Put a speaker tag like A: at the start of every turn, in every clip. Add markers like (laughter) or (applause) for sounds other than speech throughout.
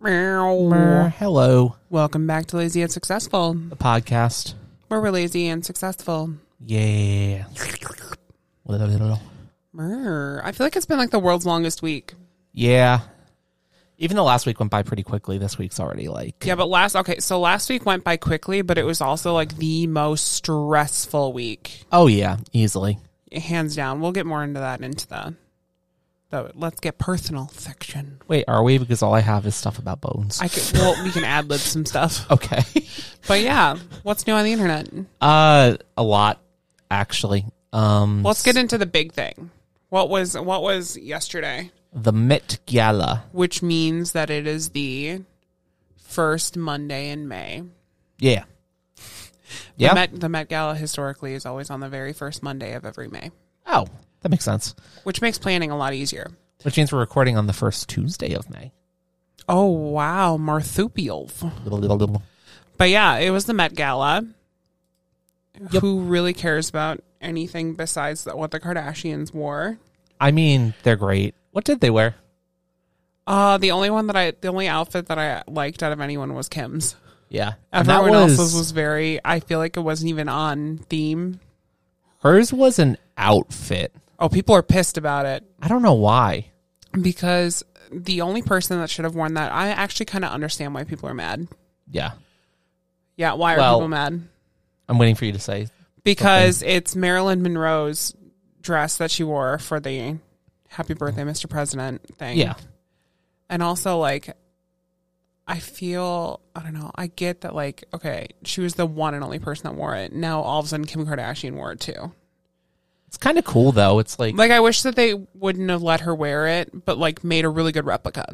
A: Meow.
B: Hello,
A: Welcome back to Lazy and Successful,
B: the podcast.
A: where we're lazy and successful.
B: Yeah.
A: Mer. I feel like it's been like the world's longest week.
B: Yeah. Even though last week went by pretty quickly, this week's already like
A: Yeah, but last okay, so last week went by quickly, but it was also like the most stressful week,
B: oh yeah, easily.
A: hands down. We'll get more into that into the the let's get personal section.
B: Wait, are we? Because all I have is stuff about bones.
A: I could well we can ad lib some stuff,
B: (laughs) okay.
A: but yeah, what's new on the internet?
B: uh, a lot actually. Um,
A: Let's get into the big thing. What was what was yesterday?
B: the Met Gala.
A: which means that it is the first Monday in May.
B: Yeah.
A: The,
B: Yeah.
A: Met, the Met Gala historically is always on the very first Monday of every May,
B: oh, that makes sense.
A: which makes planning a lot easier.
B: Which means we're recording on the first Tuesday of May.
A: Oh, wow. Marsupial. But yeah, it was the Met Gala.
B: Yep.
A: Who really cares about anything besides that, what the Kardashians wore?
B: I mean, they're great. What did they wear?
A: Uh, the only one that I, the only outfit that I liked out of anyone was Kim's.
B: Yeah. And that
A: Everyone
B: was,
A: else's was very, I feel like it wasn't even on theme.
B: hers was an outfit.
A: Oh, people are pissed about it.
B: I don't know why.
A: because the only person that should have worn that, I actually kind of understand why people are mad.
B: Yeah.
A: Yeah, why are
B: Well-
A: people mad?
B: I'm waiting for you to say.
A: Because it's Marilyn Monroe's dress that she wore for the "Happy Birthday, Mr. President" thing.
B: Yeah.
A: and also like, I feel I don't know. I get that like, okay, she was the one and only person that wore it. Now all of a sudden, Kim Kardashian wore it too.
B: It's kind of cool though. It's like
A: Like, I wish that they wouldn't have let her wear it, but like made a really good replica.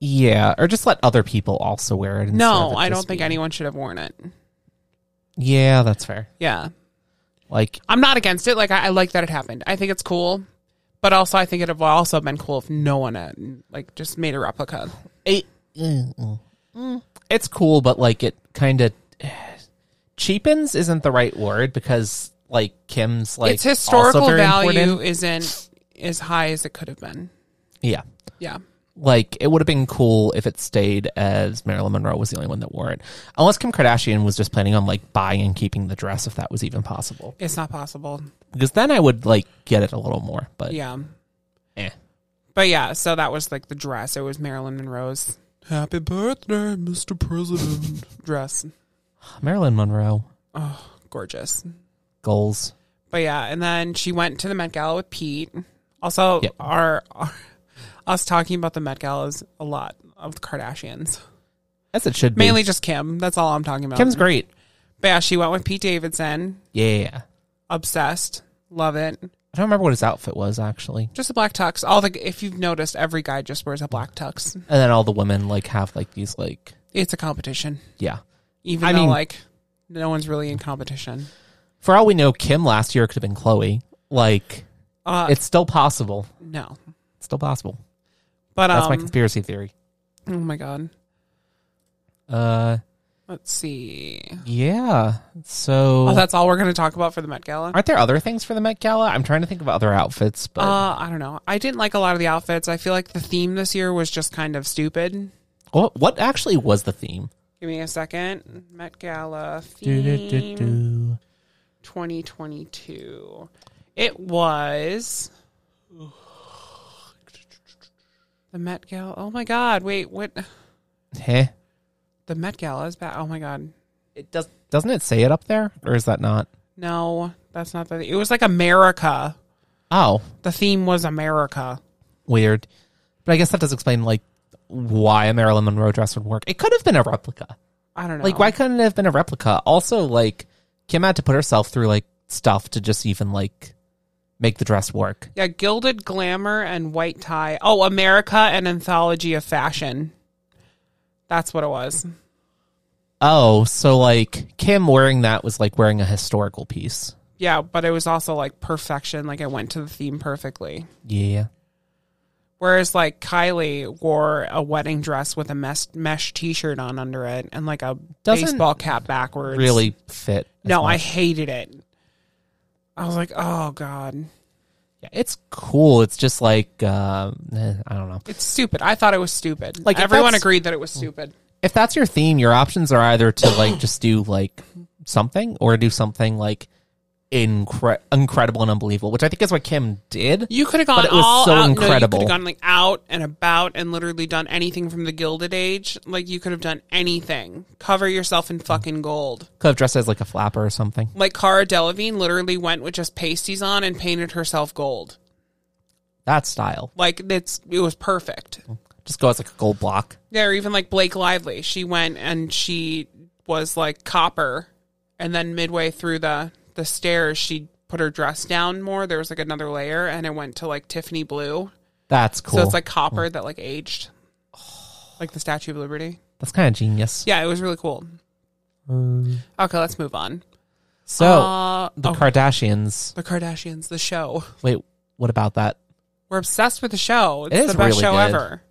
B: yeah, or just let other people also wear it. instead of
A: No,
B: it
A: I
B: just
A: don't think
B: being-
A: anyone should have worn it.
B: Yeah, that's fair.
A: Yeah.
B: Like
A: I'm not against it. Like I, I like that it happened. I think it's cool, but also I think it'd have also been cool if no one had, like just made a replica.
B: it, mm, mm. Mm. it's cool, but like it kind of (sighs) cheapens isn't the right word because like Kim's like
A: its historical
B: also very
A: value
B: important.
A: isn't as high as it could have been.
B: Yeah.
A: Yeah,
B: Like it would have been cool if it stayed as Marilyn Monroe was the only one that wore it, unless Kim Kardashian was just planning on like buying and keeping the dress if that was even possible.
A: it's not possible.
B: Because then I would like get it a little more. But
A: Yeah,
B: eh.
A: but yeah. So that was like the dress. It was Marilyn Monroe's "Happy Birthday, Mr.
B: (laughs)
A: President" dress.
B: Marilyn Monroe
A: Oh, gorgeous.
B: goals.
A: But yeah, and then she went to the Met Gala with Pete. Also,
B: Yep.
A: our, our us talking about the Met Gala is a lot of the Kardashians,
B: As it should be.
A: mainly just Kim. That's all I'm talking about.
B: Kim's great.
A: But yeah, she went with Pete Davidson.
B: Yeah.
A: Obsessed, love it.
B: I don't remember what his outfit was actually.
A: Just a black tux. All the if you've noticed, every guy just wears a black tux.
B: And then all the women like have like these like
A: It's a competition,
B: yeah.
A: even
B: I
A: though
B: mean-
A: like no one's really in competition.
B: For all we know, Kim last year could have been Chloe. Like
A: Uh,
B: it's still possible.
A: no,
B: It's still possible.
A: but
B: That's my
A: um,
B: conspiracy theory.
A: oh my god,
B: Uh
A: let's see.
B: yeah. So
A: Oh, that's all we're gonna talk about for the Met Gala.
B: aren't there other things for the Met Gala? I'm trying to think of other outfits, but
A: Uh, I don't know. I didn't like a lot of the outfits. I feel like the theme this year was just kind of stupid.
B: what, Oh, what actually was the theme?
A: Give me a second. Met Gala
B: Do,
A: theme
B: do, do, do.
A: 2022. It was the Met Gala. Oh my God! Wait, what?
B: Heh.
A: The Met Gala is back. Oh my God!
B: It does doesn't it say it up there? Or is that not?
A: No, that's not the. It was like America.
B: Oh.
A: The theme was America.
B: weird. But I guess that does explain like why a Marilyn Monroe dress would work. It could have been a replica.
A: I don't know.
B: Like why couldn't it have been a replica? Also, like Kim had to put herself through like stuff to just even like make the dress work.
A: Yeah, gilded glamour and white tie. Oh, America an anthology of fashion. That's what it was.
B: Oh, so like Kim wearing that was like wearing a historical piece.
A: Yeah, but it was also like perfection. Like it went to the theme perfectly.
B: Yeah.
A: Whereas like Kylie wore a wedding dress with a mesh, mesh t-shirt on under it and like a
B: Doesn't
A: baseball cap backwards.
B: Really fit. as
A: No, I
B: much.
A: hated it. I was like, oh god.
B: Yeah, it's cool. It's just like uh, eh, I don't know.
A: It's stupid. I thought it was stupid. Like
B: Like, if
A: everyone
B: that's-
A: agreed that it was stupid.
B: If that's your theme, your options are either to like just do like something or do something like incre- incredible and unbelievable, which I think is what Kim did.
A: You could have gone
B: it was
A: all
B: so
A: out.
B: incredible.
A: No, you could have gone like out and about and literally done anything from the Gilded Age. Like you could have done anything. Cover yourself in fucking gold.
B: Could have dressed as like a flapper or something.
A: Like Cara Delevingne literally went with just pasties on and painted herself gold.
B: That style.
A: Like it's it was perfect.
B: Just go as like a gold block.
A: Yeah, or even like Blake Lively. She went and she was like copper, and then midway through the the stairs, she put her dress down more. There was like another layer, and it went to like Tiffany blue.
B: That's cool.
A: So it's like copper that like aged, like the Statue of Liberty.
B: that's kind of genius.
A: Yeah, it was really cool. Okay, let's move on.
B: So
A: uh,
B: the
A: oh,
B: Kardashians.
A: the Kardashians, the show.
B: Wait, what about that?
A: We're obsessed with the show. It's
B: It is
A: the best
B: really
A: show
B: good.
A: ever.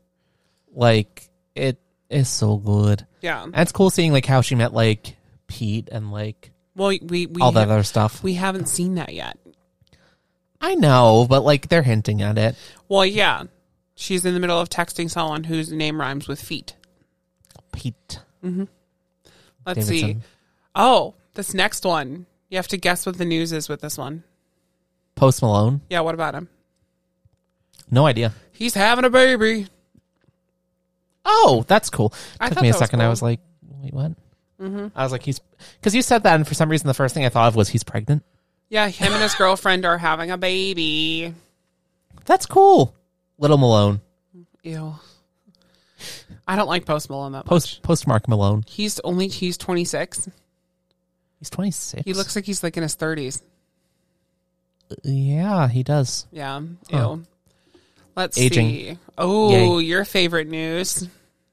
B: Like it is so good.
A: Yeah.
B: And it's cool seeing like how she met like Pete and like
A: Well, we we
B: all that other stuff.
A: we haven't seen that yet.
B: I know, but like they're hinting at it.
A: Well, yeah. She's in the middle of texting someone whose name rhymes with feet.
B: Pete
A: Let's see.
B: Davidson.
A: Oh, this next one. You have to guess what the news is with this one.
B: Post Malone.
A: Yeah, what about him?
B: No idea.
A: He's having a baby.
B: Oh, that's cool.
A: I
B: Took
A: thought
B: me a
A: that was
B: second. I
A: cool. Mm-hmm.
B: was like, wait, what? I was like, he's because you said that, and for some reason, the first thing I thought of was he's pregnant.
A: Yeah, him and his girlfriend are having a baby.
B: That's cool. Little Malone,
A: Ew. I don't like Post Malone that much.
B: post postmark Malone.
A: He's only he's 26.
B: He's twenty six.
A: He looks like he's like in his 30s.
B: Yeah, he does.
A: Yeah. Ew.
B: Huh.
A: Let's
B: Oh. Aging.
A: see. Oh, your favorite news.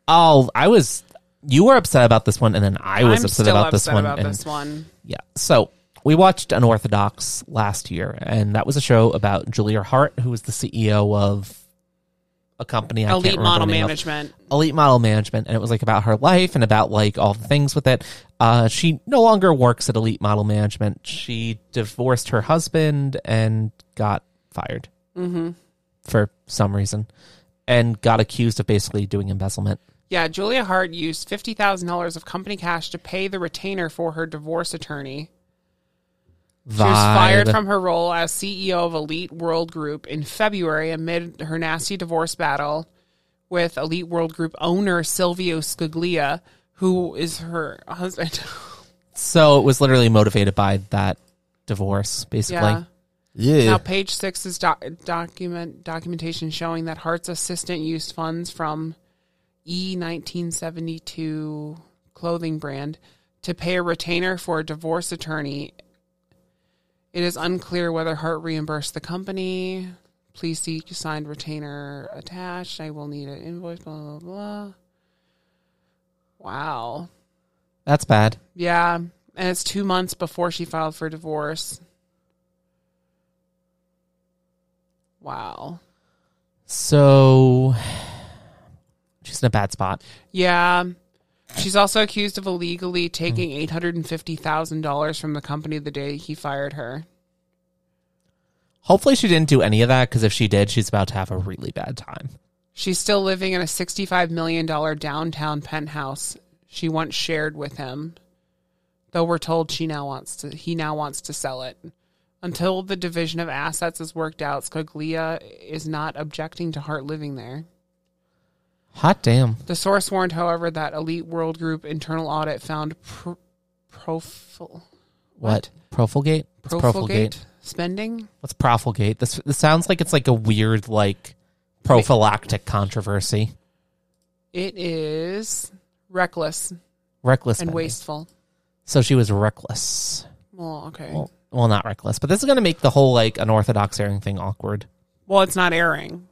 B: Oh, I was. You were upset about this one, and then I was
A: I'm
B: upset
A: still
B: about this
A: upset
B: one.
A: about
B: and
A: this one.
B: Yeah. So we watched Unorthodox last year, and that was a show about Julia Hart, who was the CEO of a company. I
A: Elite
B: can't remember
A: model
B: the name of.
A: management.
B: Elite Model Management, and it was like about her life and about like all the things with it. Uh, she no longer works at Elite Model Management. She divorced her husband and got fired
A: Mm-hmm.
B: for some reason, and got accused of basically doing embezzlement.
A: Yeah, Julia Hart used fifty thousand dollars of company cash to pay the retainer for her divorce attorney. She was fired
B: Vibe.
A: from her role as CEO of Elite World Group in February amid her nasty divorce battle with Elite World Group owner Silvio Scaglia, who is her husband. (laughs)
B: So it was literally motivated by that divorce,
A: yeah.
B: basically.
A: Now, page six is doc- document documentation showing that Hart's assistant used funds from E nineteen seventy two clothing brand to pay a retainer for a divorce attorney. It is unclear whether Hart reimbursed the company. Please see signed retainer attached. I will need an invoice. Blah blah blah. Wow.
B: That's bad.
A: Yeah, and it's two months before she filed for divorce. Wow.
B: So she's in a bad spot.
A: Yeah. She's also accused of illegally taking $850,000 from the company the day he fired her.
B: Hopefully, she didn't do any of that because if she did, she's about to have a really bad time.
A: She's still living in a $65 million downtown penthouse she once shared with him. Though we're told she now wants to he now wants to sell it. Until the division of assets is worked out, Scoglia is not objecting to Hart living there.
B: Hot damn.
A: The source warned, however, that Elite World Group internal audit found pr- profil-
B: What? Profligate? It's
A: profligate spending.
B: What's profligate? This this sounds like it's like a weird like prophylactic controversy.
A: It is reckless
B: Reckless
A: and
B: spending.
A: wasteful.
B: So she was reckless.
A: Well, okay.
B: Well, well, not reckless, but this is going to make the whole like unorthodox airing thing awkward.
A: Well, it's not airing.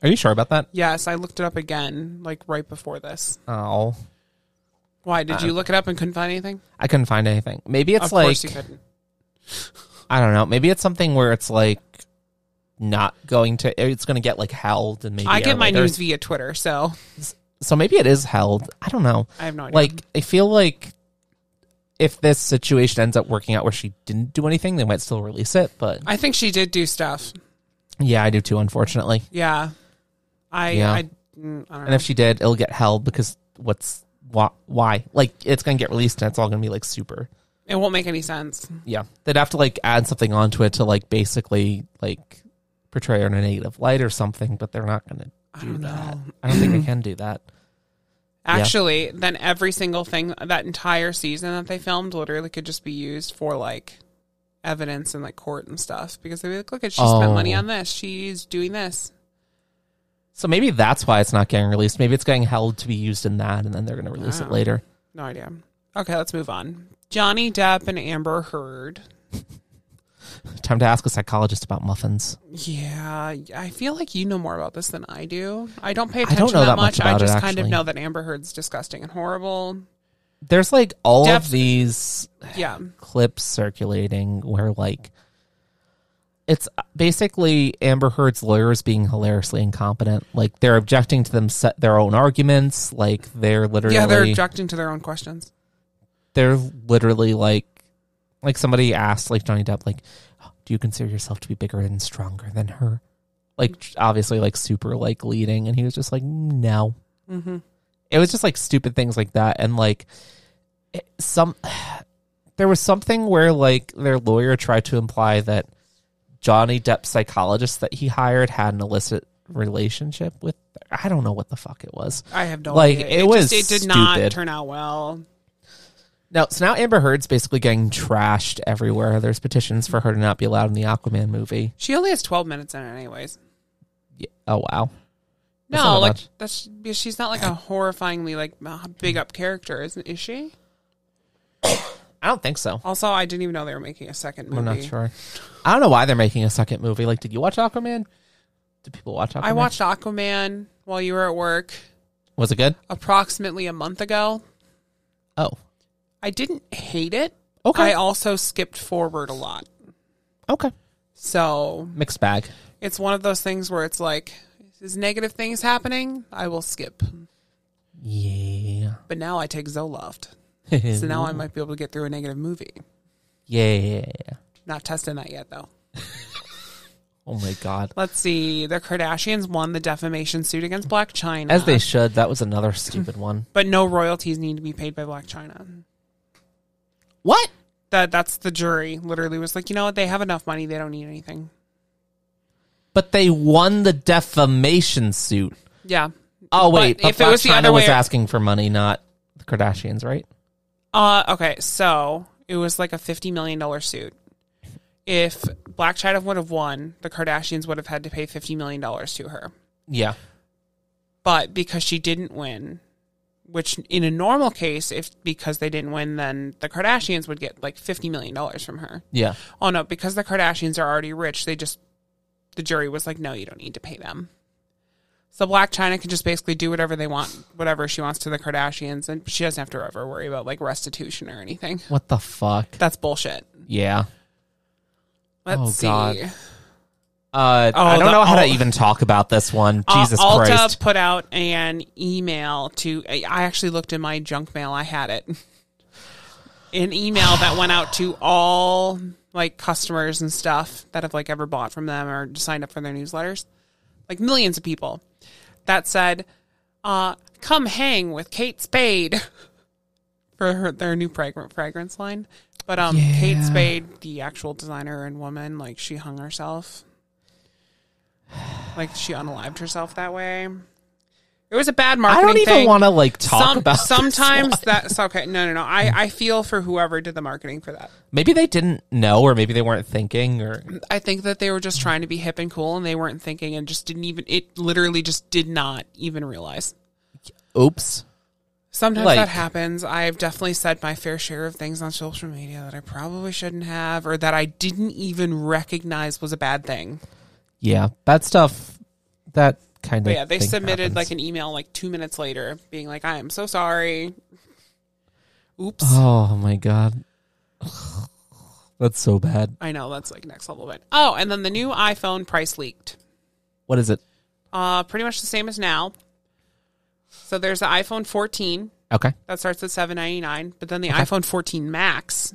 B: Are you sure about that?
A: Yes, I looked it up again, like right before this.
B: Oh,
A: Why did you look it up and couldn't find anything?
B: I couldn't find anything. Maybe it's
A: of
B: like
A: course you couldn't.
B: I don't know. Maybe it's something where it's like not going to. It's going to get like held, and maybe
A: I
B: air
A: get my
B: later.
A: news via Twitter, so
B: So maybe it is held. I don't know.
A: I have no idea.
B: Like I feel like if this situation ends up working out where she didn't do anything, they might still release it. But
A: I think she did do stuff.
B: Yeah, I do too, unfortunately.
A: Yeah. I
B: Yeah.
A: I, mm, I don't
B: And
A: know.
B: if she did, it'll get held because what's why? why? Like it's gonna get released and it's all gonna be like super.
A: It won't make any sense.
B: Yeah, they'd have to like add something onto it to like basically like portray her in a negative light or something, but they're not gonna
A: I
B: do
A: don't
B: that.
A: know.
B: I don't think they can do that.
A: Actually, then every single thing that entire season that they filmed literally could just be used for like evidence in like court and stuff because they'd be like, look at she spent
B: Oh.
A: money on this. She's doing this.
B: So maybe that's why it's not getting released. Maybe it's getting held to be used in that, and then they're gonna release it
A: Wow.
B: later.
A: No idea. Okay, let's move on. Johnny Depp and Amber Heard.
B: Time to ask a psychologist about muffins.
A: Yeah, I feel like you know more about this than I do. I don't pay
B: don't
A: attention
B: know
A: that,
B: that much
A: much. I
B: about it,
A: just kind of
B: actually.
A: know that Amber Heard's disgusting and horrible.
B: There's like all
A: Def-
B: of these
A: Yeah.
B: clips circulating where like it's uh, basically Amber Heard's lawyers being hilariously incompetent. Like they're objecting to them set their own arguments. Like they're literally
A: Yeah, they're objecting to their own questions.
B: they're literally like like somebody asked like Johnny Depp like do you consider yourself to be bigger and stronger than her? Like obviously like super like leading and he was just like no
A: hmm
B: it was just like stupid things like that and like it, some (sighs) there was something where like their lawyer tried to imply that johnny depp's psychologist that he hired had an illicit relationship with i don't know what the fuck it was
A: I have no
B: Like,
A: idea.
B: it was
A: just, it did not
B: stupid.
A: turn out well.
B: now so now amber heard's basically getting trashed everywhere there's petitions for her to not be allowed in the aquaman movie
A: She only has 12 minutes in it, anyways.
B: Yeah. oh wow That's
A: No,
B: not
A: like
B: much.
A: that's she's not like a horrifyingly like big up character, isn't is she?
B: i don't think so
A: Also, I didn't even know they were making a second movie.
B: i'm not sure i don't know why they're making a second movie like did you watch aquaman did people watch aquaman
A: I watched Aquaman while you were at work
B: was it good
A: approximately a month ago.
B: oh
A: I didn't hate it.
B: Okay.
A: I also skipped forward a lot.
B: Oh, okay
A: So
B: mixed bag
A: it's one of those things where it's like, is negative things happening? I will skip.
B: yeah (laughs)
A: But now I take Zoloft. So now I might be able to get through a negative movie.
B: yeah.
A: Not testing that yet, though.
B: Oh my god.
A: Let's see. The Kardashians won the defamation suit against Black China.
B: As they should. That was
A: (laughs)
B: another stupid one.
A: but no royalties need to be paid by Black China.
B: What?
A: That that's the jury literally was like, you know what? They have enough money. They don't need anything.
B: But they won the defamation suit.
A: Yeah.
B: Oh wait, but,
A: if it
B: Blac
A: was the
B: Chyna
A: other way-
B: was asking for money, not the Kardashians, right?
A: Uh okay, so it was like a fifty million dollar suit. If Black China would have won, the Kardashians would have had to pay fifty million dollars to her.
B: Yeah.
A: But because she didn't win, which in a normal case, if because they didn't win, then the Kardashians would get like fifty million dollars from her.
B: Yeah.
A: Oh no, because the Kardashians are already rich, they just the jury was like, No, you don't need to pay them. So Black China can just basically do whatever they want, whatever she wants to the Kardashians, and she doesn't have to ever worry about like restitution or anything.
B: What the fuck?
A: That's bullshit.
B: Yeah.
A: Let's
B: Oh,
A: see.
B: God. Uh,
A: Oh,
B: I don't
A: the-
B: know how
A: oh.
B: to even talk about this one.
A: Al-
B: Jesus
A: Alta
B: Christ.
A: put out an email to. I I actually looked in my junk mail. I had it. (laughs) An email that went out to all like customers and stuff that have like ever bought from them or signed up for their newsletters, like millions of people. That said, uh, come hang with Kate Spade (laughs) for her, their new fragrance fragrance line. But um, Kate
B: Yeah.
A: Spade, the actual designer and woman, like she hung herself like she unalived herself that way. It was a bad
B: I
A: marketing.
B: don't even
A: thing.
B: want to like talk about. this
A: sometimes
B: one.
A: that's okay. No, no, no. I I feel for whoever did the marketing for that.
B: maybe they didn't know, or maybe they weren't thinking, or
A: I think that they were just trying to be hip and cool, and they weren't thinking, and just didn't even. It literally just did not even realize.
B: oops.
A: Sometimes
B: Like-
A: that happens. I've definitely said my fair share of things on social media that I probably shouldn't have, or that I didn't even recognize was a bad thing.
B: Yeah, bad stuff. That kind of.
A: But yeah, they
B: thing
A: submitted
B: happens.
A: like an email like two minutes later, being like, "I am so sorry." Oops.
B: Oh my god, (sighs) that's so bad.
A: I know that's like next level, but oh, and then the new iPhone price leaked.
B: What is it?
A: Uh, pretty much the same as now. So there's the iPhone 14
B: Okay,
A: that starts at 7.99, but then the iPhone 14 Max,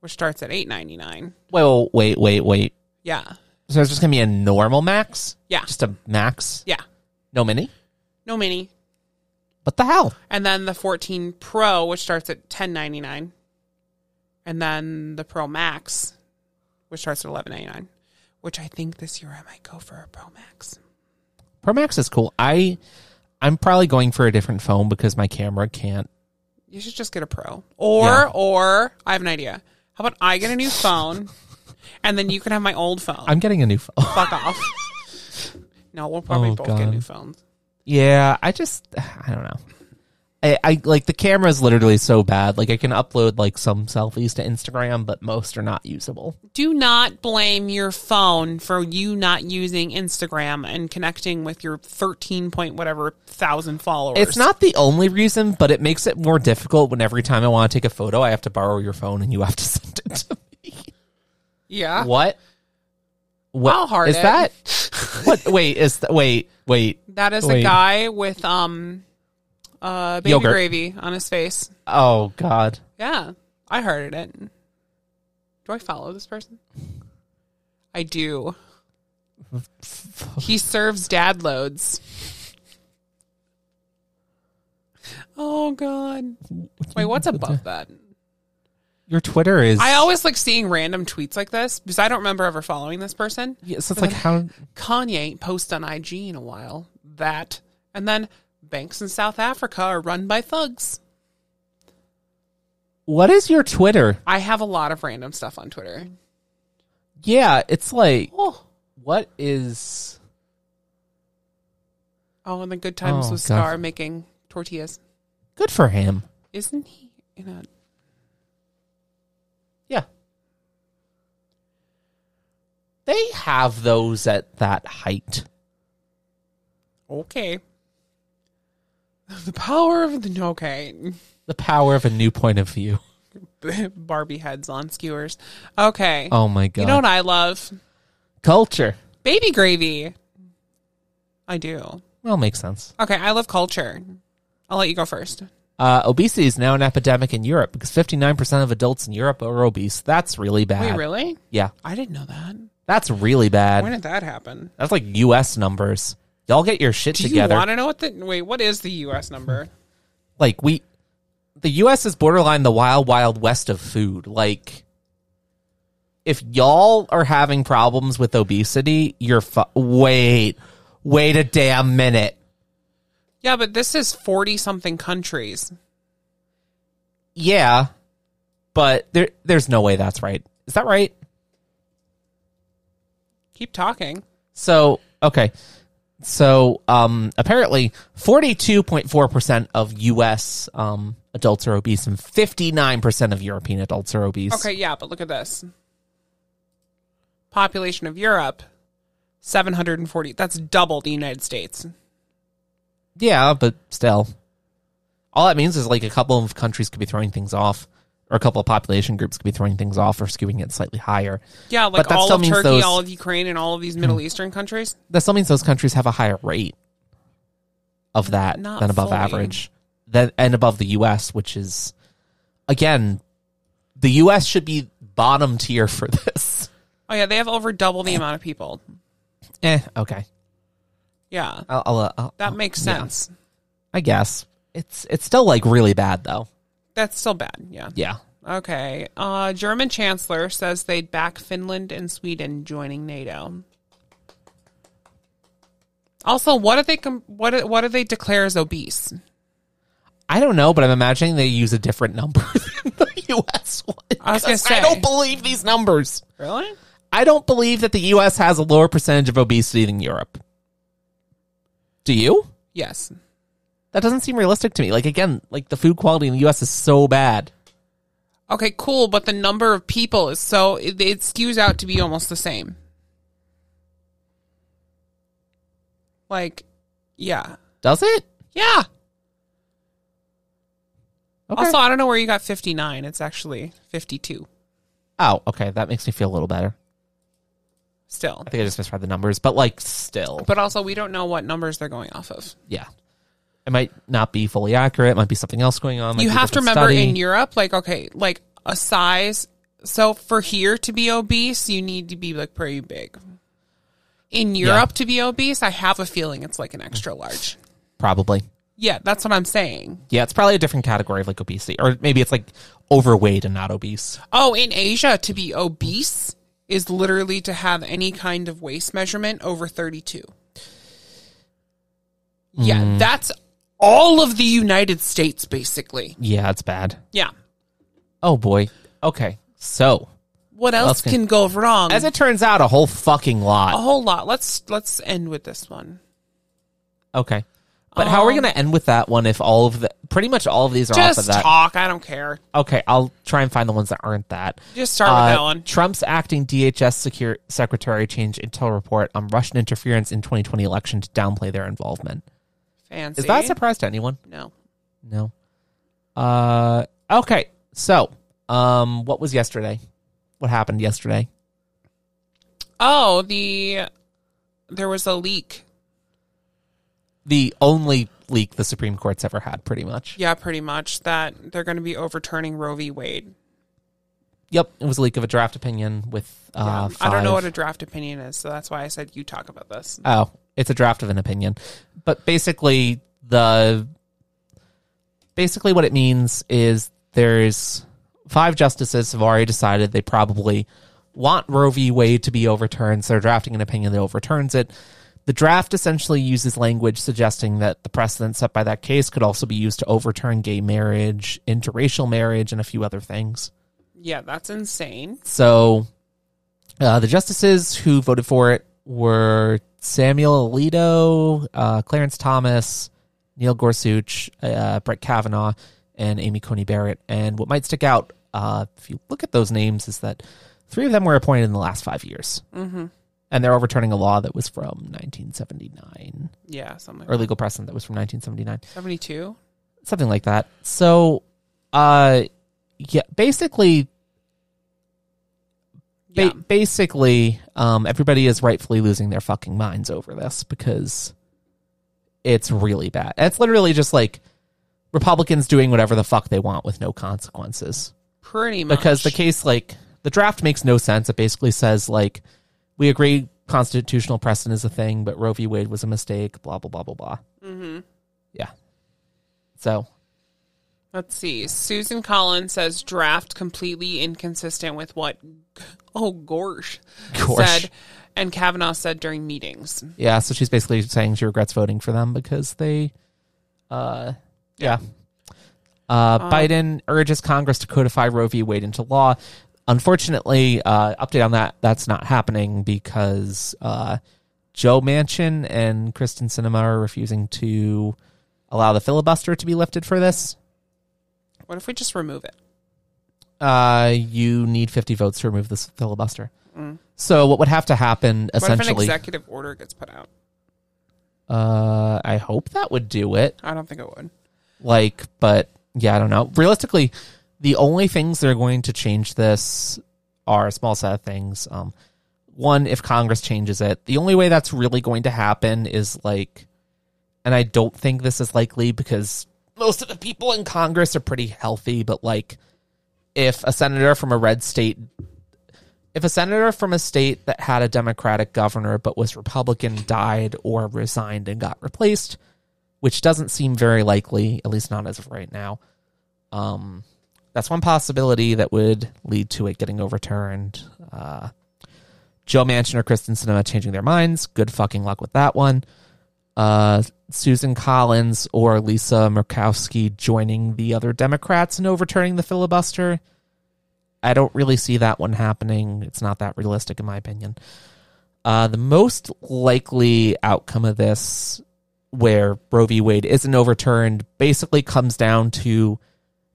A: which starts at 8.99.
B: well, wait, wait, wait.
A: Yeah,
B: So it's just gonna be a normal max.
A: Yeah.
B: Just a max,
A: Yeah.
B: no mini.
A: No mini.
B: What the hell?
A: And then the 14 Pro, which starts at 10.99, and then the Pro Max, which starts at 11.99. Which I think this year I might go for a Pro Max.
B: Pro Max is cool. I I'm probably going for a different phone because my camera can't.
A: You should just get a Pro, or
B: Yeah.
A: or I have an idea. How about I get a new phone, and then you can have my old phone.
B: I'm getting a new phone. (laughs)
A: Fuck off. No, we'll probably
B: Oh,
A: both get new
B: God.
A: phones.
B: yeah, I just I don't know. I, I like the camera is literally so bad. Like I can upload like some selfies to Instagram, but most are not usable.
A: Do not blame your phone for you not using Instagram and connecting with your 13 point whatever thousand followers.
B: It's not the only reason, but it makes it more difficult when every time I want to take a photo, I have to borrow your phone and you have to (laughs) send it to me.
A: Yeah.
B: What? What
A: I'll heart
B: is
A: it.
B: that? (laughs) what? Wait, is that? Wait, wait.
A: That is a
B: Wait.
A: guy with um uh baby
B: Yogurt.
A: gravy on his face.
B: Oh God.
A: Yeah. I hearted it. Do I follow this person? I do. He serves dad loads. Oh god. Wait, what's above that?
B: Your Twitter is.
A: I always like seeing random tweets like this because I don't remember ever following this person.
B: Yeah, so it's like how
A: Kanye ain't post on IG in a while. That. And then banks in South Africa are run by thugs.
B: what is your Twitter?
A: I have a lot of random stuff on Twitter.
B: Yeah, it's like
A: Oh,
B: what is
A: oh and the good times
B: Oh,
A: with
B: God.
A: Scar making tortillas.
B: good for him.
A: Isn't he in a.
B: Yeah. They have those at that height.
A: Okay. (laughs) The power of the. Okay. (laughs)
B: The power of a new point of view.
A: Barbie heads on skewers. Okay.
B: Oh my god.
A: you know what I love?
B: Culture.
A: Baby gravy. I do.
B: Well, makes sense.
A: Okay, I love culture. I'll let you go first.
B: Uh, obesity is now an epidemic in Europe because 59% of adults in Europe are obese. That's really bad.
A: Wait, really?
B: Yeah,
A: I didn't know that.
B: that's really
A: When
B: bad.
A: did that happen?
B: That's like U.S. numbers. Y'all get your shit
A: Do
B: together.
A: you want to know what the wait? What is the U.S. number?
B: like we, the U.S. is borderline the wild, wild west of food. Like, if y'all are having problems with obesity, you're fu- wait, wait a damn minute.
A: Yeah, but this is forty something countries.
B: Yeah, but there, there's no way that's right. Is that right?
A: Keep talking.
B: So okay, so um, apparently forty two point four percent of U.S. Um, adults are obese, and fifty nine percent of European adults are obese.
A: Okay, yeah, but look at this. Population of Europe, seven hundred and forty. That's double the United States.
B: yeah, but still, all that means is like a couple of countries could be throwing things off, or a couple of population groups could be throwing things off, or skewing it slightly higher.
A: Yeah,
B: But
A: like
B: that
A: all
B: still
A: of
B: means
A: Turkey,
B: those- Hmm.
A: all of Ukraine, and all of these Middle Eastern countries.
B: That still means those countries have a higher rate of that
A: Not
B: than above
A: fully.
B: average, than and above the U.S., which is again, the U.S. should be bottom tier for (laughs) this.
A: Oh yeah, they have over double the amount of people.
B: Eh, okay.
A: Yeah,
B: I'll, I'll, uh, I'll-
A: that makes
B: yeah.
A: sense.
B: I guess it's it's still like really bad though.
A: That's still bad. Yeah.
B: Yeah.
A: Okay. Uh, German chancellor says they'd back Finland and Sweden joining NATO. Also, what do they com- what do- what do they declare as obese?
B: I don't know, but I'm imagining they use a different number (laughs) than the U.S. one.
A: I was gonna
B: 'Cause
A: say.
B: I don't believe these numbers.
A: Really?
B: I don't believe that the U.S. has a lower percentage of obesity than Europe. Do you?
A: Yes.
B: That doesn't seem realistic to me. Like again, like the food quality in the U.S. is so bad.
A: Okay, cool, but the number of people is so it, it skews out to be almost the same. Like, yeah.
B: Does it?
A: Yeah.
B: Okay.
A: Also, I don't know where you got 59. It's actually 52
B: oh, okay. That makes me feel a little better.
A: still.
B: I think I just misread the numbers, but like still.
A: But also, we don't know what numbers they're going off of.
B: yeah it might not be fully accurate it might be something else going on it might
A: you
B: be a
A: have to
B: different
A: remember
B: study.
A: in Europe, like okay, like a size. So for here to be obese, you need to be like pretty big. in Europe to be obese, I have a feeling it's like an extra large.
B: Probably.
A: Yeah, that's what I'm saying.
B: Yeah, it's probably a different category of like obesity, or maybe it's like overweight and not obese.
A: Oh, in Asia, to be obese is literally to have any kind of waist measurement over 32. Yeah,
B: Hmm.
A: that's all of the United States, basically.
B: Yeah, it's bad.
A: Yeah.
B: Oh boy. Okay. So,
A: What else
B: Okay.
A: can go wrong?
B: as it turns out, a whole fucking
A: a
B: lot.
A: whole lot. Let's let's end with this one. Oh.
B: Okay. But how are we going to end with that one if all of the pretty much all of these are off of
A: Um, Just
B: that?
A: talk. I don't care.
B: okay, I'll try and find the ones that aren't that.
A: Just start
B: Uh,
A: with that one.
B: Trump's acting DHS secure, secretary changed intel report on Russian interference in 2020 election to downplay their involvement.
A: Fancy.
B: Is that a surprise to anyone?
A: no.
B: No. Uh, okay. So, um, what was yesterday? What happened yesterday?
A: Oh, the there was a leak.
B: The only leak the Supreme Court's ever had, pretty much.
A: Yeah, pretty much that they're going to be overturning Roe v. Wade.
B: Yep, it was a leak of a draft opinion with. Uh,
A: I don't know what
B: five-
A: a draft opinion is, so that's why I said you talk about this.
B: Oh, it's a draft of an opinion. But basically the basically what it means is there's five justices have already decided they probably want Roe v. Wade to be overturned, so they're drafting an opinion that overturns it. The draft essentially uses language suggesting that the precedent set by that case could also be used to overturn gay marriage, interracial marriage, and a few other things.
A: Yeah, that's insane.
B: So uh, the justices who voted for it were Samuel Alito, uh, Clarence Thomas, Neil Gorsuch, uh, Brett Kavanaugh, and Amy Coney Barrett. And what might stick out, uh, if you look at those names, is that three of them were appointed in the last five years. Mm-hmm. And they're overturning a law that was from 1979,
A: Yeah, something
B: or
A: like
B: legal precedent that was from 1979
A: seventy-two.
B: something like that. So, uh, yeah, basically, ba-
A: Yeah.
B: basically, um, everybody is rightfully losing their fucking minds over this because it's really bad. It's literally just like Republicans doing whatever the fuck they want with no consequences
A: Pretty much
B: because the case like the draft makes no sense. It basically says like we agree constitutional precedent is a thing, but Roe v. Wade was a mistake. Blah blah blah blah blah. Mm-hmm. Yeah. So
A: Let's see. Susan Collins says draft completely inconsistent with what (laughs) oh Gorsh,
B: Gorsh.
A: said, and Kavanaugh said during meetings.
B: Yeah, so she's basically saying she regrets voting for them because they, uh, yeah. Uh, Biden urges Congress to codify Roe v. Wade into law. Unfortunately, uh, update on that, that's not happening because uh, Joe Manchin and Kristen Sinema are refusing to allow the filibuster to be lifted for this.
A: What if we just remove it?
B: Uh, you need 50 votes to remove this filibuster. So what would have to happen
A: Mm. What if an
B: essentially?
A: executive order gets put out?
B: uh, I hope that would do it.
A: I don't think it would.
B: like but yeah i don't know realistically the only things that are going to change this are a small set of things um one if congress changes it the only way that's really going to happen is like and i don't think this is likely because most of the people in congress are pretty healthy but like if a senator from a red state if a senator from a state that had a democratic governor but was republican died or resigned and got replaced which doesn't seem very likely, at least not as of right now. Um, that's one possibility that would lead to it getting overturned. Uh, Joe Manchin or Kristen Sinema changing their minds. Good fucking luck with that one. Uh, Susan Collins or Lisa Murkowski joining the other Democrats and overturning the filibuster. I don't really see that one happening. It's not that realistic, in my opinion. Uh, the most likely outcome of this where Roe v. Wade isn't overturned basically comes down to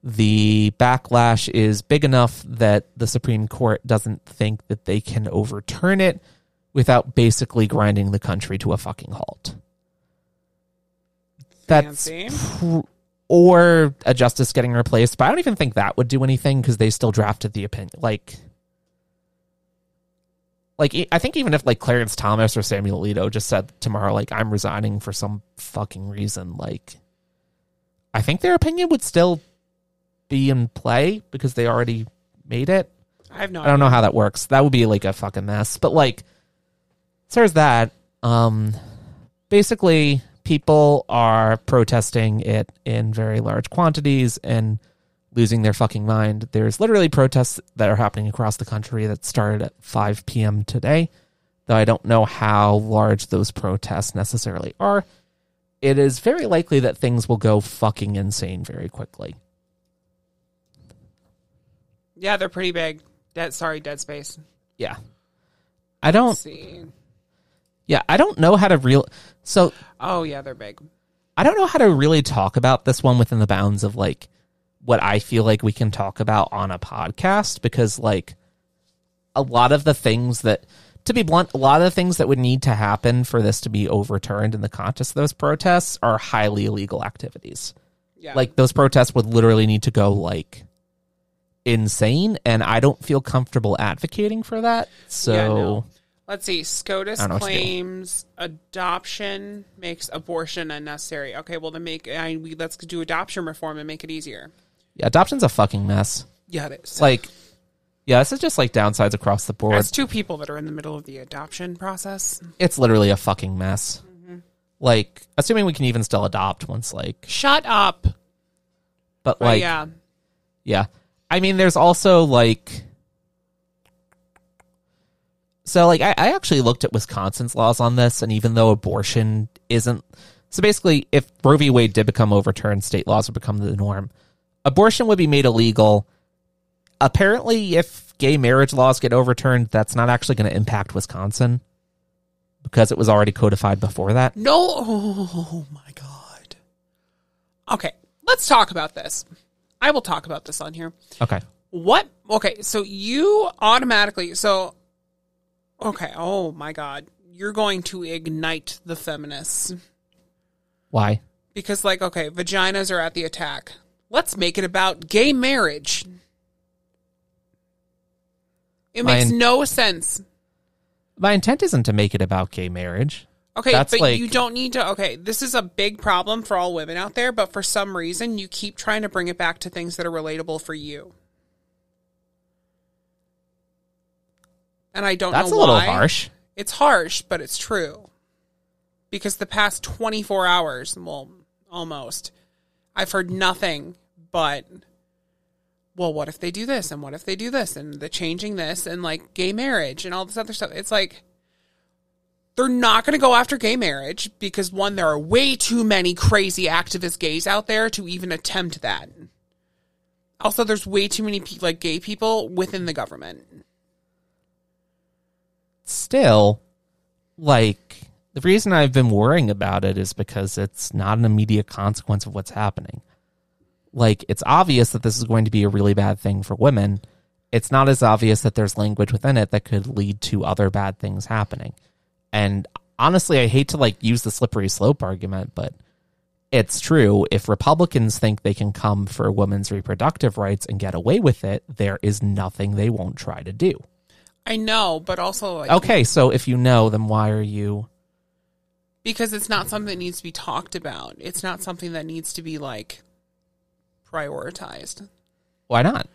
B: the backlash is big enough that the Supreme Court doesn't think that they can overturn it without basically grinding the country to a fucking halt. That's
A: Fancy.
B: pr- or a justice getting replaced, but I don't even think that would do anything because they still drafted the opinion. Like, like e- I think even if like Clarence Thomas or Samuel Alito just said tomorrow, like I'm resigning for some fucking reason, like I think their opinion would still be in play because they already made it.
A: I have no
B: I don't know how that works. That would be like a fucking mess. But like, So there's that. Um, basically, people are protesting it in very large quantities and losing their fucking mind. There's literally protests that are happening across the country that started at 5 p.m. today, though I don't know how large those protests necessarily are. It is very likely that things will go fucking insane very quickly.
A: Yeah, they're pretty big. Dead sorry, Dead Space.
B: Yeah. I don't
A: Let's see.
B: yeah, I don't know how to real so
A: Oh yeah, they're big.
B: I don't know how to really talk about this one within the bounds of like what I feel like we can talk about on a podcast because like a lot of the things that to be blunt, a lot of the things that would need to happen for this to be overturned in the context of those protests are highly illegal activities.
A: Yeah.
B: Like those protests would literally need to go like insane and I don't feel comfortable advocating for that. So
A: Yeah, no. Let's see. SCOTUS
B: don't know what to do.
A: claims adoption makes abortion unnecessary. Okay, well, to make I, we, let's do adoption reform and make it easier.
B: yeah, adoption's a fucking mess.
A: Yeah, it is.
B: Like yeah, this is just like downsides across the board.
A: That's two people that are in the middle of the adoption process.
B: it's literally a fucking mess. Mm-hmm. Like, assuming we can even still adopt once, like,
A: Shut up. But
B: but like, yeah.
A: yeah,
B: I mean, there's also like, so like, I, I actually looked at Wisconsin's laws on this, and even though abortion isn't, so basically, if Roe v. Wade did become overturned, state laws would become the norm. Abortion would be made illegal. Apparently, if gay marriage laws get overturned, that's not actually going to impact Wisconsin because it was already codified before that.
A: no. Oh my god. Okay, let's talk about this. I will talk about this on here.
B: Okay.
A: What? Okay, so you automatically so okay, oh my god. You're going to ignite the feminists
B: Why?
A: because like okay, vaginas are at the attack. Let's make it about gay marriage. It
B: My
A: makes
B: in-
A: no sense.
B: My intent isn't to make it about gay marriage.
A: Okay,
B: That's
A: but
B: like-
A: you don't need to. Okay, this is a big problem for all women out there, but for some reason, you keep trying to bring it back to things that are relatable for you. And I don't
B: That's a
A: know
B: little
A: why.
B: harsh.
A: It's harsh, but it's true. Because the past 24 hours, well, almost, I've heard nothing but, well, what if they do this? And what if they do this? And the changing this and like gay marriage and all this other stuff. It's like, they're not going to go after gay marriage because one, there are way too many crazy activist gays out there to even attempt that. Also, there's way too many pe- like gay people within the government.
B: Still, like, the reason I've been worrying about it is because it's not an immediate consequence of what's happening. Like, it's obvious that this is going to be a really bad thing for women. It's not as obvious that there's language within it that could lead to other bad things happening. And honestly, I hate to, like, use the slippery slope argument, but it's true. If Republicans think they can come for women's reproductive rights and get away with it, there is nothing they won't try to do.
A: I know, but also like,
B: Okay, so if you know, then why are you?
A: because it's not something that needs to be talked about. It's not something that needs to be like prioritized.
B: Why not?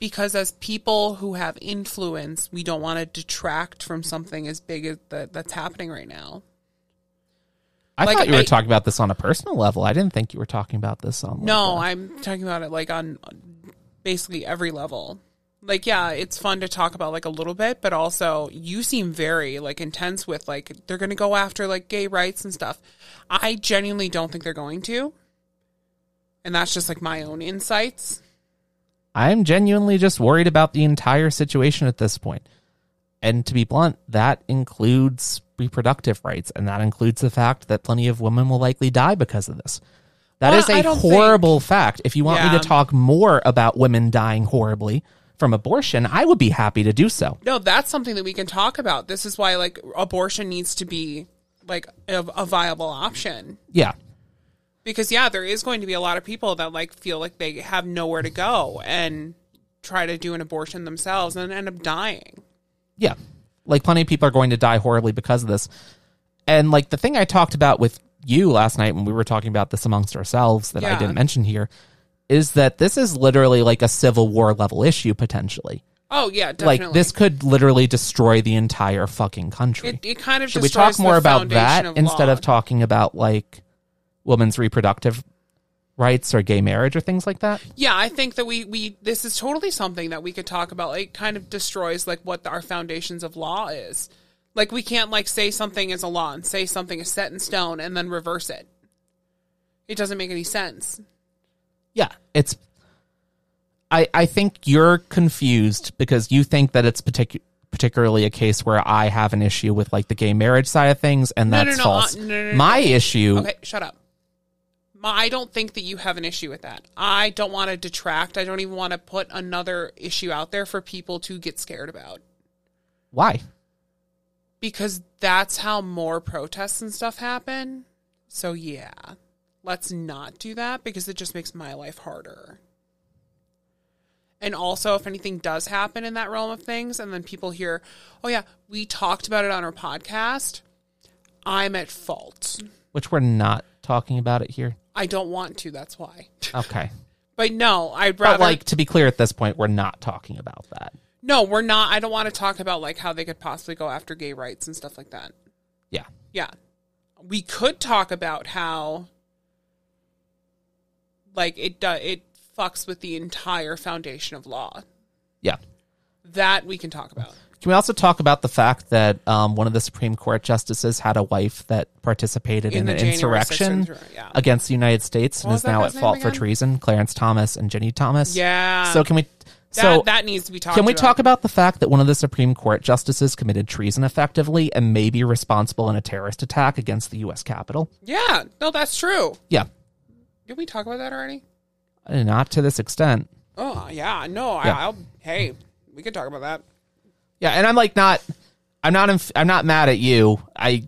A: Because as people who have influence, we don't want to detract from something as big as that that's happening right now.
B: I
A: Like,
B: thought you were
A: I-
B: talking about this on a personal level. I didn't think you were talking about this on. like,
A: No,
B: a-
A: I'm talking about it like on on basically every level. Like, yeah, it's fun to talk about like a little bit, but also you seem very like intense with like they're going to go after like gay rights and stuff. I genuinely don't think they're going to. And that's just like my own insights.
B: I'm genuinely just worried about the entire situation at this point. And to be blunt, that includes reproductive rights, and that includes the fact that plenty of women will likely die because of this. That
A: Well,
B: is
A: I
B: a
A: don't
B: horrible fact. If you want me
A: Yeah.
B: to talk more about women dying horribly from abortion, I would be happy to do so.
A: No, that's something that we can talk about. This is why like abortion needs to be like a, a viable option.
B: Yeah,
A: because yeah there is going to be a lot of people that like feel like they have nowhere to go and try to do an abortion themselves and end up dying
B: Yeah. Like plenty of people are going to die horribly because of this. And like the thing I talked about with you last night when we were talking about this amongst ourselves that I
A: Yeah.
B: didn't mention here is that this is literally like a civil war level issue potentially.
A: oh Oh yeah, definitely.
B: Like this could literally destroy the entire fucking country.
A: it, it kind of
B: Should we talk
A: destroys
B: more
A: the
B: about that
A: foundation of
B: instead
A: law.
B: of talking about like women's reproductive rights or gay marriage or things like that?
A: Yeah, I think that we we this is totally something that we could talk about. It kind of destroys like what our foundations of law is. Like we can't like say something is a law and say something is set in stone and then reverse it. It doesn't make any sense.
B: Yeah, it's. I I think you're confused because you think that it's particu- particularly a case where I have an issue with like the gay marriage side of things, and
A: No, no,
B: that's
A: no, uh,
B: false.
A: no, no, no,
B: My issue,
A: Okay, shut up. Ma, I don't think that you have an issue with that. I don't want to detract. I don't even want to put another issue out there for people to get scared about
B: why?
A: because that's how more protests and stuff happen. So yeah, let's not do that because it just makes my life harder. And also, if anything does happen in that realm of things, and then people hear, "Oh yeah, we talked about it on our podcast," I'm at fault.
B: Which we're not talking about it here.
A: I don't want to. That's
B: (laughs)
A: why.
B: Okay,
A: But no, I'd rather
B: but like to be clear, at this point, we're not talking about that.
A: no. We're not. I don't want to talk about like how they could possibly go after gay rights and stuff like that.
B: Yeah,
A: Yeah. We could talk about how like it do, it fucks with the entire foundation of law.
B: yeah.
A: That we can talk about.
B: Can we also talk about the fact that um, one of the Supreme Court justices had a wife that participated
A: In
B: in,
A: the
B: an
A: January
B: insurrection
A: 6th, yeah.
B: against the United States
A: What
B: and
A: was
B: is
A: that
B: now
A: guy's
B: at fault
A: name
B: for
A: again?
B: treason? Clarence Thomas and Jenny Thomas.
A: Yeah.
B: So can we?
A: that,
B: So
A: that needs to be talked
B: can we
A: about.
B: talk about the fact that one of the Supreme Court justices committed treason effectively and may be responsible in a terrorist attack against the U.S. Capitol?
A: Yeah. No, that's true.
B: Yeah,
A: Did we talk about that already?
B: not to this extent.
A: Oh, yeah. No,
B: Yeah.
A: I, I'll hey, we could talk about that.
B: Yeah, and I'm like not, I'm not, inf- I'm not mad at you. I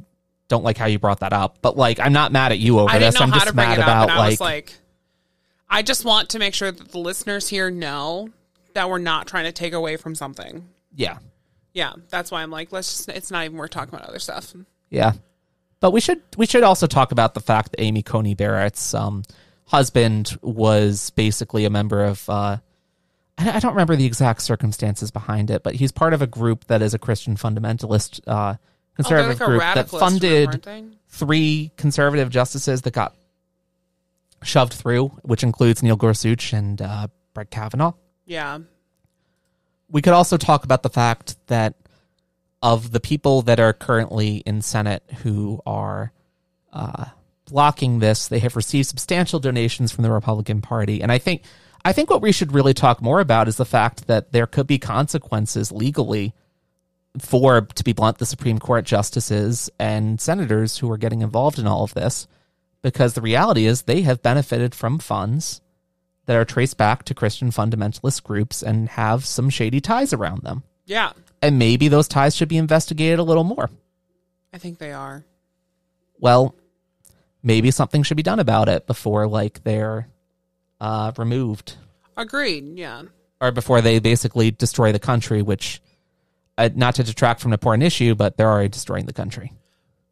B: don't like how you brought that up, but like I'm not mad at you over
A: I
B: this.
A: didn't know
B: I'm
A: how
B: just
A: to bring
B: mad
A: it up,
B: about
A: and I
B: like,
A: was like, I just want to make sure that the listeners here know that we're not trying to take away from something.
B: yeah,
A: Yeah, that's why I'm like, let's just. It's not even worth talking about other stuff.
B: yeah. But we should we should also talk about the fact that Amy Coney Barrett's um, husband was basically a member of. Uh, I I don't remember the exact circumstances behind it, but he's part of a group that is a Christian fundamentalist uh,
A: Oh, they're
B: conservative
A: like a
B: group that
A: radicalist
B: funded.
A: group, aren't they?
B: three conservative justices that got shoved through, which includes Neil Gorsuch and uh, Brett Kavanaugh.
A: Yeah,
B: We could also talk about the fact that of the people that are currently in Senate who are uh, blocking this, they have received substantial donations from the Republican Party, and I think I think what we should really talk more about is the fact that there could be consequences legally for, to be blunt, the Supreme Court justices and senators who are getting involved in all of this, because the reality is they have benefited from funds that are traced back to Christian fundamentalist groups and have some shady ties around them.
A: yeah.
B: And maybe those ties should be investigated a little more.
A: I think they are.
B: Well, maybe something should be done about it before like they're uh, removed
A: Agreed. Yeah,
B: or before they basically destroy the country, which uh, not to detract from the important issue, but they're already destroying the country.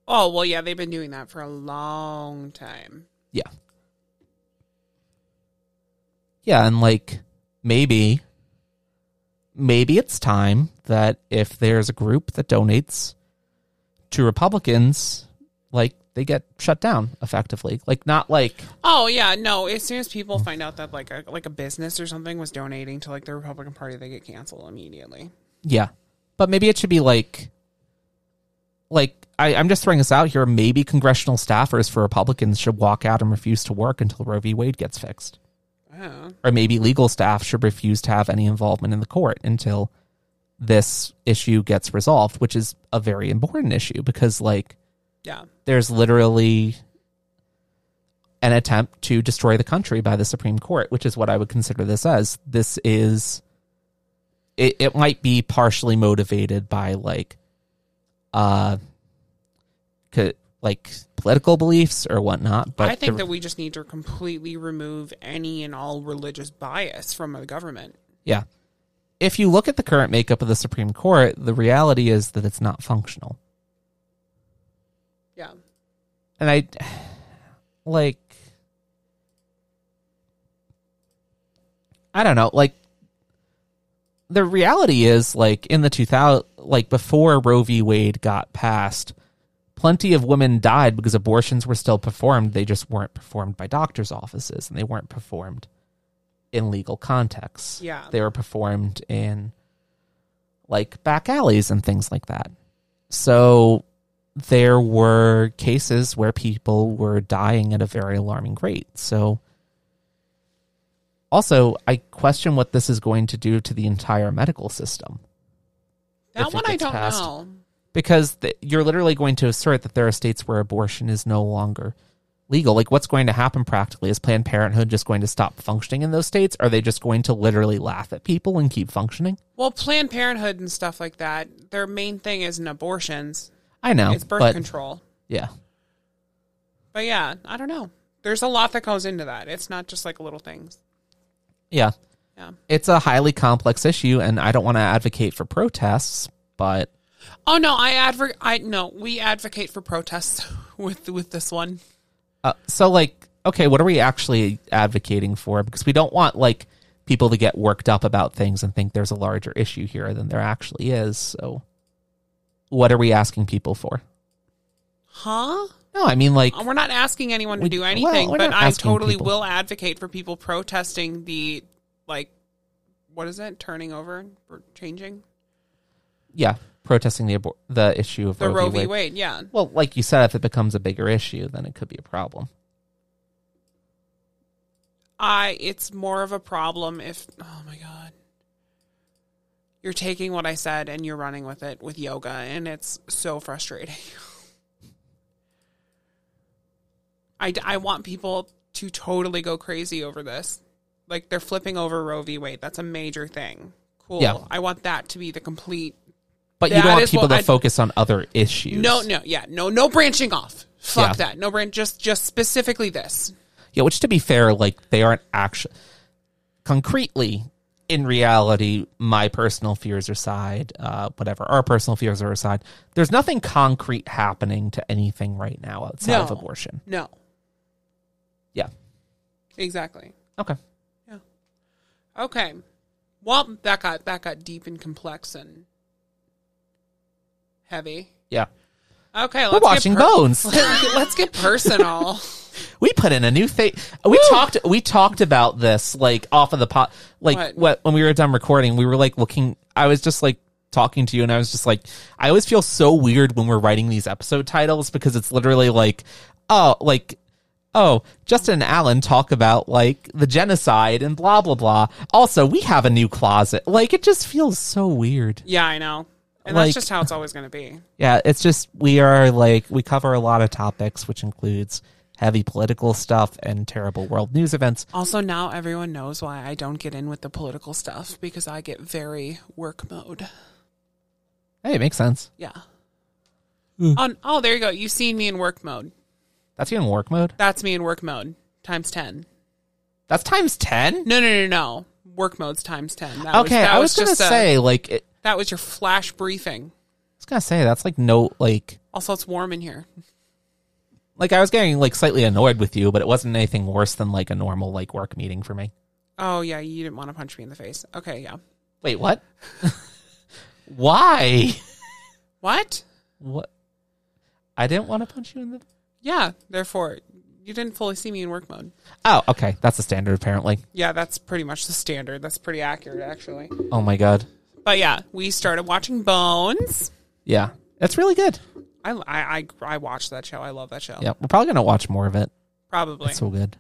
A: Oh well, yeah, they've been doing that for a long time.
B: Yeah. Yeah, and like maybe maybe it's time that if there's a group that donates to Republicans, like they get shut down effectively. Like not like
A: Oh yeah, no. As soon as people find out that like a like a business or something was donating to like the Republican Party, they get canceled immediately.
B: yeah. But maybe it should be like like I, I'm just throwing this out here. Maybe congressional staffers for Republicans should walk out and refuse to work until Roe v. Wade gets fixed.
A: Oh.
B: or maybe legal staff should refuse to have any involvement in the court until this issue gets resolved, which is a very important issue because, like,
A: Yeah,
B: there's literally an attempt to destroy the country by the Supreme Court, which is what I would consider this as. This is, it, it might be partially motivated by, like, uh, co- like political beliefs or whatnot, but
A: I think
B: the-
A: that we just need to completely remove any and all religious bias from the government.
B: Yeah. If you look at the current makeup of the Supreme Court, the reality is that it's not functional.
A: Yeah,
B: And I (sighs) like I don't know, like the reality is like in the 2000 like before roe v wade got passed plenty of women died because abortions were still performed they just weren't performed by doctors offices and they weren't performed in legal contexts
A: Yeah.
B: they were performed in like back alleys and things like that so there were cases where people were dying at a very alarming rate so also, I question what this is going to do to the entire medical system
A: That
B: it
A: one I
B: gets
A: don't
B: passed.
A: know.
B: because th- you're literally going to assert that there are states where abortion is no longer legal. Like, what's going to happen practically? Is Planned Parenthood just going to stop functioning in those states? Are they just going to literally laugh at people and keep functioning?
A: Well, Planned Parenthood and stuff like that, their main thing isn't abortions,
B: I know.
A: it's birth
B: Oh, but,
A: control.
B: Yeah.
A: But yeah, I don't know. There's a lot that goes into that. It's not just like little things.
B: Yeah.
A: Yeah.
B: It's a highly complex issue, and I don't want to advocate for protests, but
A: Oh no, I adver I no, we advocate for protests (laughs) with with this one.
B: Uh, so like okay what are we actually advocating for because we don't want like people to get worked up about things and think there's a larger issue here than there actually is so what are we asking people for
A: Huh?
B: no i mean like
A: Uh, We're not asking anyone to
B: We-
A: do
B: well,
A: anything,
B: we're
A: but
B: not
A: I
B: asking
A: totally
B: people.
A: will advocate for people protesting the like what is it? Turning over or changing?
B: yeah protesting the abor- the issue of
A: The Roe v.
B: Wade.
A: Wade, yeah.
B: well like you said if it becomes a bigger issue then it could be a problem
A: I it's more of a problem if oh my god. You're taking what I said and you're running with it with yoga and it's so frustrating. (laughs) I d- I want people to totally go crazy over this. Like they're flipping over Roe v. Wade. That's a major thing. Cool.
B: Yeah.
A: I want that to be the complete
B: but you
A: That
B: don't want
A: is what
B: people to
A: I-
B: focus on other issues
A: No, no, yeah. No no branching off. Fuck
B: Yeah.
A: that. No branch just just specifically this.
B: Yeah, which to be fair, like they aren't actually concretely in reality. My personal fears aside, uh, whatever our personal fears are aside, there's nothing concrete happening to anything right now outside of
A: No.
B: abortion.
A: No.
B: Yeah.
A: Exactly.
B: Okay.
A: Okay. Well, that got that got deep and complex and heavy.
B: Yeah.
A: Okay, let's
B: We're watching
A: get per-
B: (laughs)
A: (laughs)
B: Bones.
A: let's get personal.
B: we put in a new thing. We talked. We talked about this like off of the pot. Like
A: What?
B: what? when we were done recording, we were like looking. I was just like talking to you, and I was just like, I always feel so weird when we're writing these episode titles because it's literally like, oh, like. Oh, Justin and Alan talk about like the genocide and blah blah blah. Also, we have a new closet. Like it just feels so weird.
A: yeah, I know. And
B: Like-
A: that's just how it's always going to be.
B: Yeah, it's just we are like we cover a lot of topics, which includes heavy political stuff and terrible world news events.
A: Also, now everyone knows why I don't get in with the political stuff because I get very work mode.
B: Hey, it makes sense.
A: Yeah.
B: Hmm.
A: On, oh, there you go. You've seen me in work mode.
B: That's even work mode.
A: That's me in work mode times 10.
B: That's times ten.
A: No, no, no, no. Work mode's times 10. That
B: Okay,
A: that
B: I was, gonna
A: just a-
B: say like it, I
A: that was your flash briefing.
B: was gonna say that's like no like
A: Also, it's warm in here.
B: like I was getting like slightly annoyed with you, but it wasn't anything worse than like a normal like work meeting for me.
A: Oh yeah, you didn't want to punch me in the face. Okay, yeah.
B: Wait, what? (laughs) Why?
A: What?
B: What? I didn't want to punch you in the.
A: Yeah. Therefore, you didn't fully see me in work mode.
B: Oh, okay. That's the standard apparently.
A: Yeah, that's pretty much the standard. That's pretty accurate, actually.
B: Oh my god.
A: But yeah, we started watching Bones.
B: Yeah, that's really good.
A: I I I, I watched that show. I love that show.
B: Yeah, we're probably gonna watch more of it.
A: Probably.
B: It's so good.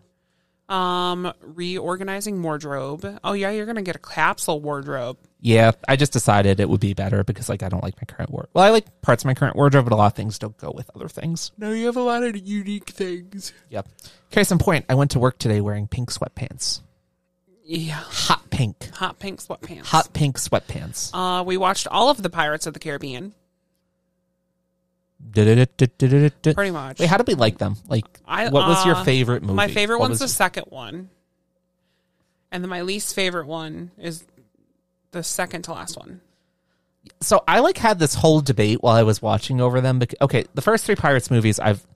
A: um, reorganizing wardrobe. Oh yeah, you're gonna get a capsule wardrobe.
B: Yeah, I just decided it would be better because like I don't like my current wardrobe. Well, I like parts of my current wardrobe, but a lot of things don't go with other things.
A: No, you have a lot of unique things.
B: Yep. Case in point, I went to work today wearing pink sweatpants.
A: Yeah.
B: Hot pink.
A: Hot pink sweatpants.
B: Hot pink sweatpants.
A: Uh, we watched all of the Pirates of the Caribbean.
B: Du-du-du-du-du-du-du.
A: Pretty much.
B: Wait, how did we like them? Like,
A: I-
B: what was your
A: uh,
B: favorite movie?
A: My favorite
B: What
A: one's the
B: was-
A: second one. And then my least favorite one is the second to last one.
B: so I like had this whole debate while I was watching over them. Because, okay, the first three Pirates movies I've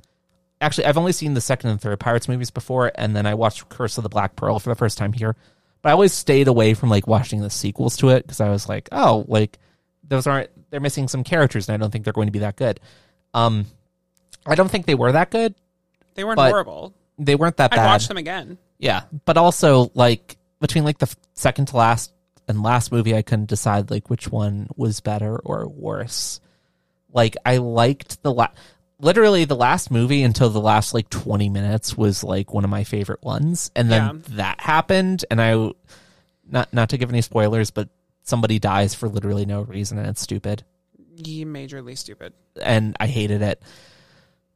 B: actually I've only seen the second and third Pirates movies before, and then I watched Curse of the Black Pearl for the first time here. But I always stayed away from like watching the sequels to it because I was like, oh, like those aren't they're missing some characters and I don't think they're going to be that good. Um I don't think they were that good.
A: They weren't
B: But
A: horrible.
B: They weren't that
A: I'd
B: bad.
A: watch them again.
B: Yeah, but also like between like the f- second to last and last movie, I couldn't decide like which one was better or worse. Like I liked the la- literally the last movie until the last like twenty minutes was like one of my favorite ones, and then that happened, and I not not to give any spoilers, but somebody dies for literally no reason, and it's stupid
A: Ye majorly stupid.
B: and I hated it.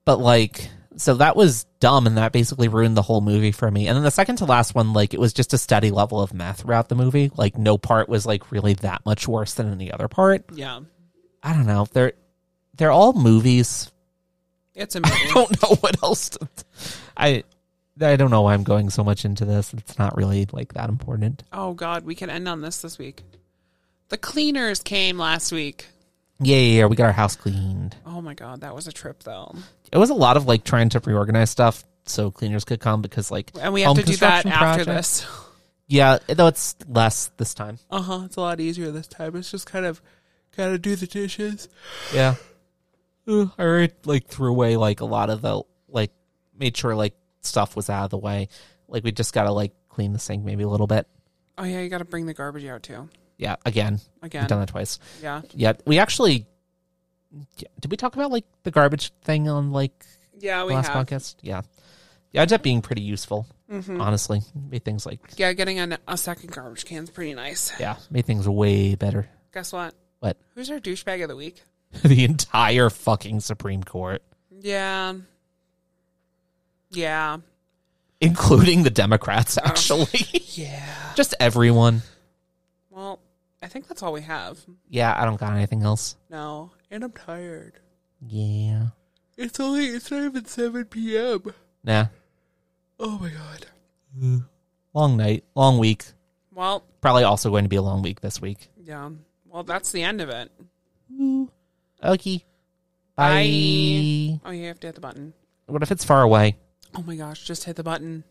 B: But like, so that was dumb, and that basically ruined the whole movie for me. And then the second to last one, like, it was just a steady level of math throughout the movie. Like, no part was like really that much worse than any other part.
A: Yeah,
B: I don't know. They're they're all movies. (laughs)
A: it's a movie.
B: I don't know what else. To, I I don't know why I'm going so much into this. It's not really like that important.
A: oh God, we can end on this this week. The cleaners came last week.
B: Yeah, yeah, yeah. We got our house cleaned.
A: Oh my God, that was a trip though.
B: It was a lot of like trying to reorganize stuff so cleaners could come because like
A: And we have
B: home
A: to do that
B: construction
A: after
B: projects.
A: this. (laughs)
B: Yeah, though it's less this time.
A: Uh huh. It's a lot easier this time. It's just kind of gotta do the dishes.
B: Yeah. I already like threw away like a lot of the like made sure like stuff was out of the way. Like we just gotta like clean the sink maybe a little bit.
A: Oh yeah, you gotta bring the garbage out too.
B: Yeah, again.
A: Again,
B: We've done that twice.
A: yeah,
B: Yeah. We actually yeah, did we talk about like the garbage thing on like
A: yeah,
B: the
A: we
B: last
A: have. Mm-hmm.
B: podcast? Yeah. Yeah, it ended up being pretty useful. Honestly. Made things like
A: Yeah, getting a, a second garbage can's pretty nice.
B: yeah, made things way better. (laughs)
A: Guess what?
B: What?
A: Who's our douchebag of the week?
B: the entire fucking Supreme Court.
A: Yeah, yeah,
B: Including the Democrats, actually. (laughs)
A: yeah.
B: just everyone.
A: Well, I think that's all we have.
B: Yeah, I don't got anything else.
A: No, and I'm tired.
B: Yeah.
A: It's only it's not even seven p.m.
B: Nah.
A: Oh my god.
B: Long night, long week.
A: Well,
B: Probably also going to be a long week this week.
A: yeah. Well, that's the end of it.
B: Okay.
A: Bye. Oh, you have to hit the button.
B: What if it's far away?
A: Oh my gosh, just hit the button.